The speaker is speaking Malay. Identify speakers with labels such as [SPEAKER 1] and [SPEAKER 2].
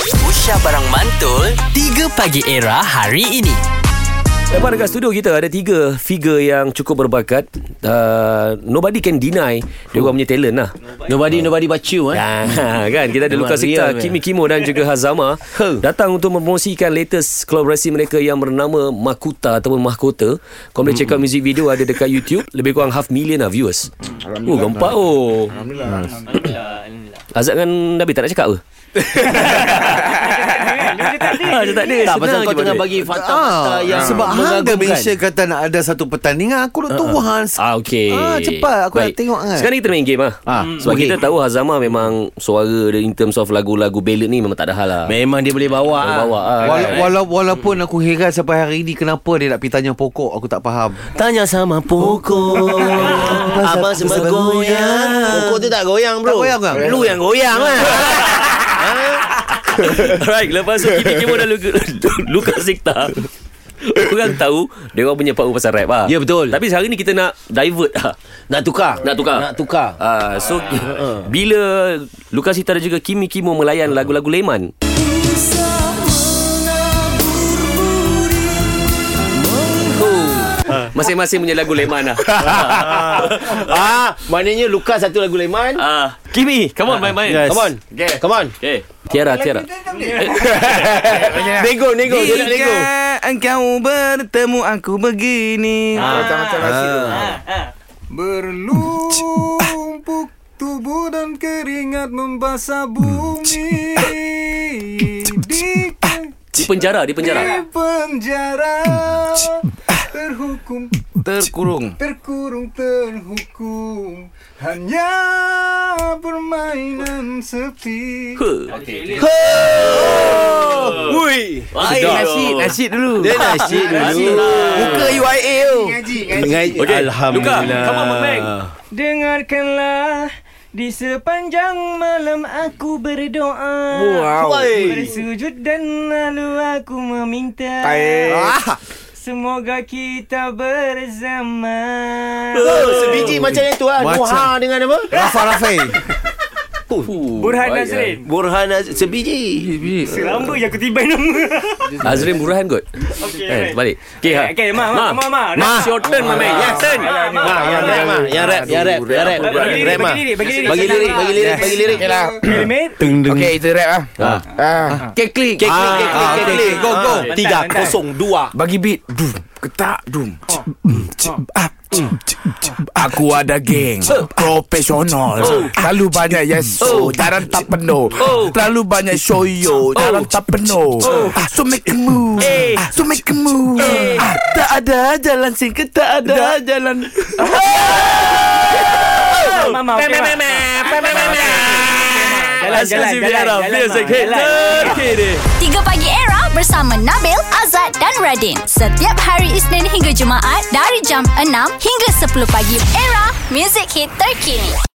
[SPEAKER 1] Aisyah Barang Mantul 3 Pagi Era hari ini
[SPEAKER 2] Lepas dekat studio kita ada tiga figure yang cukup berbakat. Uh, nobody can deny dia orang punya talent lah.
[SPEAKER 3] Nobody nobody but you eh.
[SPEAKER 2] Ah, kan kita ada
[SPEAKER 3] Memang
[SPEAKER 2] Lukas
[SPEAKER 3] real,
[SPEAKER 2] Sikta,
[SPEAKER 3] man.
[SPEAKER 2] Kimi Kimo dan juga Hazama datang untuk mempromosikan latest kolaborasi mereka yang bernama Makuta ataupun Mahkota. Kau boleh check out music video ada dekat YouTube, lebih kurang half million lah viewers. Oh, gempak oh. Azad dengan Nabi tak nak cakap ke? Ah, dia tak ada.
[SPEAKER 3] Tak pasal
[SPEAKER 2] Senang
[SPEAKER 3] kau
[SPEAKER 2] je
[SPEAKER 3] tengah
[SPEAKER 2] buat
[SPEAKER 3] bagi fakta-fakta Ah, yang
[SPEAKER 4] Ah, sebab hang dah
[SPEAKER 3] mengagumkan.
[SPEAKER 4] mention kata nak ada satu pertandingan aku nak tunggu hang
[SPEAKER 2] Ah okey.
[SPEAKER 4] Ah, cepat. Aku nak tengok kan.
[SPEAKER 2] Sekarang kita main game ah.
[SPEAKER 3] Ah,
[SPEAKER 2] Sebab
[SPEAKER 3] okey.
[SPEAKER 2] kita tahu Hazama memang suara dia in terms of lagu-lagu ballad ni memang tak ada hal lah.
[SPEAKER 3] Memang dia boleh bawa.
[SPEAKER 2] Dia
[SPEAKER 3] ah.
[SPEAKER 2] bawa ah.
[SPEAKER 4] Wala, wala, walaupun
[SPEAKER 3] Hmm.
[SPEAKER 4] aku heran sampai hari ni kenapa dia nak pergi tanya pokok aku tak faham.
[SPEAKER 3] Tanya sama pokok. Abang
[SPEAKER 4] Pasal-
[SPEAKER 3] sempat
[SPEAKER 4] pasal
[SPEAKER 3] goyang. Pokok tu tak goyang bro.
[SPEAKER 4] Tak goyang, bang?
[SPEAKER 3] Lu yang goyang lah.
[SPEAKER 2] ah. Alright, lepas tu Kimi Kimo dan Luka, Luka Sikta. Orang tahu dia orang punya pau pasal rap ah.
[SPEAKER 3] Ya, betul.
[SPEAKER 2] Tapi sehari ni kita nak divert ah.
[SPEAKER 3] Nak tukar.
[SPEAKER 2] Nak tukar.
[SPEAKER 3] Nak tukar.
[SPEAKER 2] Ah, so
[SPEAKER 3] Ha,
[SPEAKER 2] bila Luka Sikta dan juga Kimi Kimo melayan lagu-lagu Leman. Oh, Masing-masing punya lagu Leman lah.
[SPEAKER 3] ah, maknanya Lukas satu lagu Leman.
[SPEAKER 2] Ah, Kimi, come on main-main.
[SPEAKER 3] Come on. Come on.
[SPEAKER 2] Okay. Tiara, Tiara.
[SPEAKER 3] Nego, nego. Dia nak nego.
[SPEAKER 5] engkau bertemu aku begini
[SPEAKER 3] Ah.
[SPEAKER 5] Macam-macam nasi tu Berlumpuk tubuh dan keringat membasah bumi Di,
[SPEAKER 2] Di penjara, di penjara.
[SPEAKER 5] di penjara Terhukum Terkurung Terkurung terhukum Hanya permainan sepi
[SPEAKER 3] Ui.
[SPEAKER 5] Nasi, nasi dulu
[SPEAKER 3] Dia nasi dulu.
[SPEAKER 5] Buka UIA tu Ngaji, ngaji
[SPEAKER 3] Okay. Alhamdulillah.
[SPEAKER 2] Luka, come on, Mameng.
[SPEAKER 5] Dengarkanlah di sepanjang malam aku berdoa wow. Bersujud dan lalu aku meminta Semoga kita bersama
[SPEAKER 3] Oh, sebiji macam yang tu lah.
[SPEAKER 4] Macam.
[SPEAKER 3] Nuha dengan apa?
[SPEAKER 4] Rafa Rafi.
[SPEAKER 5] Burhan Nazrin
[SPEAKER 3] Burhan Az- sebiji.
[SPEAKER 5] Lama je aku tiba nama
[SPEAKER 2] Azrin eh. Burhan kot. Okay. Eh, balik. Okay, ha.
[SPEAKER 5] Okay, Ma, Ma, Ma, Ma.
[SPEAKER 2] It's your turn, Ma, Ma. Yes, turn.
[SPEAKER 3] Ma, Ah, yang rap, Ma. Yang rap, yang rap, yang rap.
[SPEAKER 5] Bagi lirik,
[SPEAKER 3] Rap, Ma.
[SPEAKER 5] bagi lirik, bagi lirik.
[SPEAKER 3] Bagi lirik, bagi lirik,
[SPEAKER 5] Yes.
[SPEAKER 3] bagi lirik.
[SPEAKER 5] Kelimet
[SPEAKER 6] Okay, itu rap lah.
[SPEAKER 3] Ah.
[SPEAKER 6] Ah. Kek klik.
[SPEAKER 3] Kek, kek, kek, kek,
[SPEAKER 4] Ah,
[SPEAKER 3] kek,
[SPEAKER 4] okay,
[SPEAKER 3] kek.
[SPEAKER 4] go, go.
[SPEAKER 5] Mantap,
[SPEAKER 3] Tiga,
[SPEAKER 5] mantap.
[SPEAKER 3] kosong, dua.
[SPEAKER 6] Bagi beat. Dum. Ketak. Dum. Cip, mm, cip, ap, cip, cip, cip. ah. Aku ada geng Profesional Ah. Terlalu banyak yes so Jalan tak penuh Terlalu banyak show yo Jalan tak penuh Ah, So make a move Ah, So make a move Ah, Tak ada jalan singkat Tak ada jalan
[SPEAKER 5] Ma, Ma, okay, Ma. Jalan, jalan,
[SPEAKER 2] Exclusive
[SPEAKER 5] jalan,
[SPEAKER 2] era,
[SPEAKER 5] jalan,
[SPEAKER 2] music
[SPEAKER 5] Ma.
[SPEAKER 2] hit.
[SPEAKER 5] Jalan.
[SPEAKER 2] Okay, deh.
[SPEAKER 7] 3 Pagi Era bersama Nabil, Azad dan Radin. Setiap hari Isnin hingga Jumaat dari jam 6 hingga 10 pagi. Era, music hit terkini.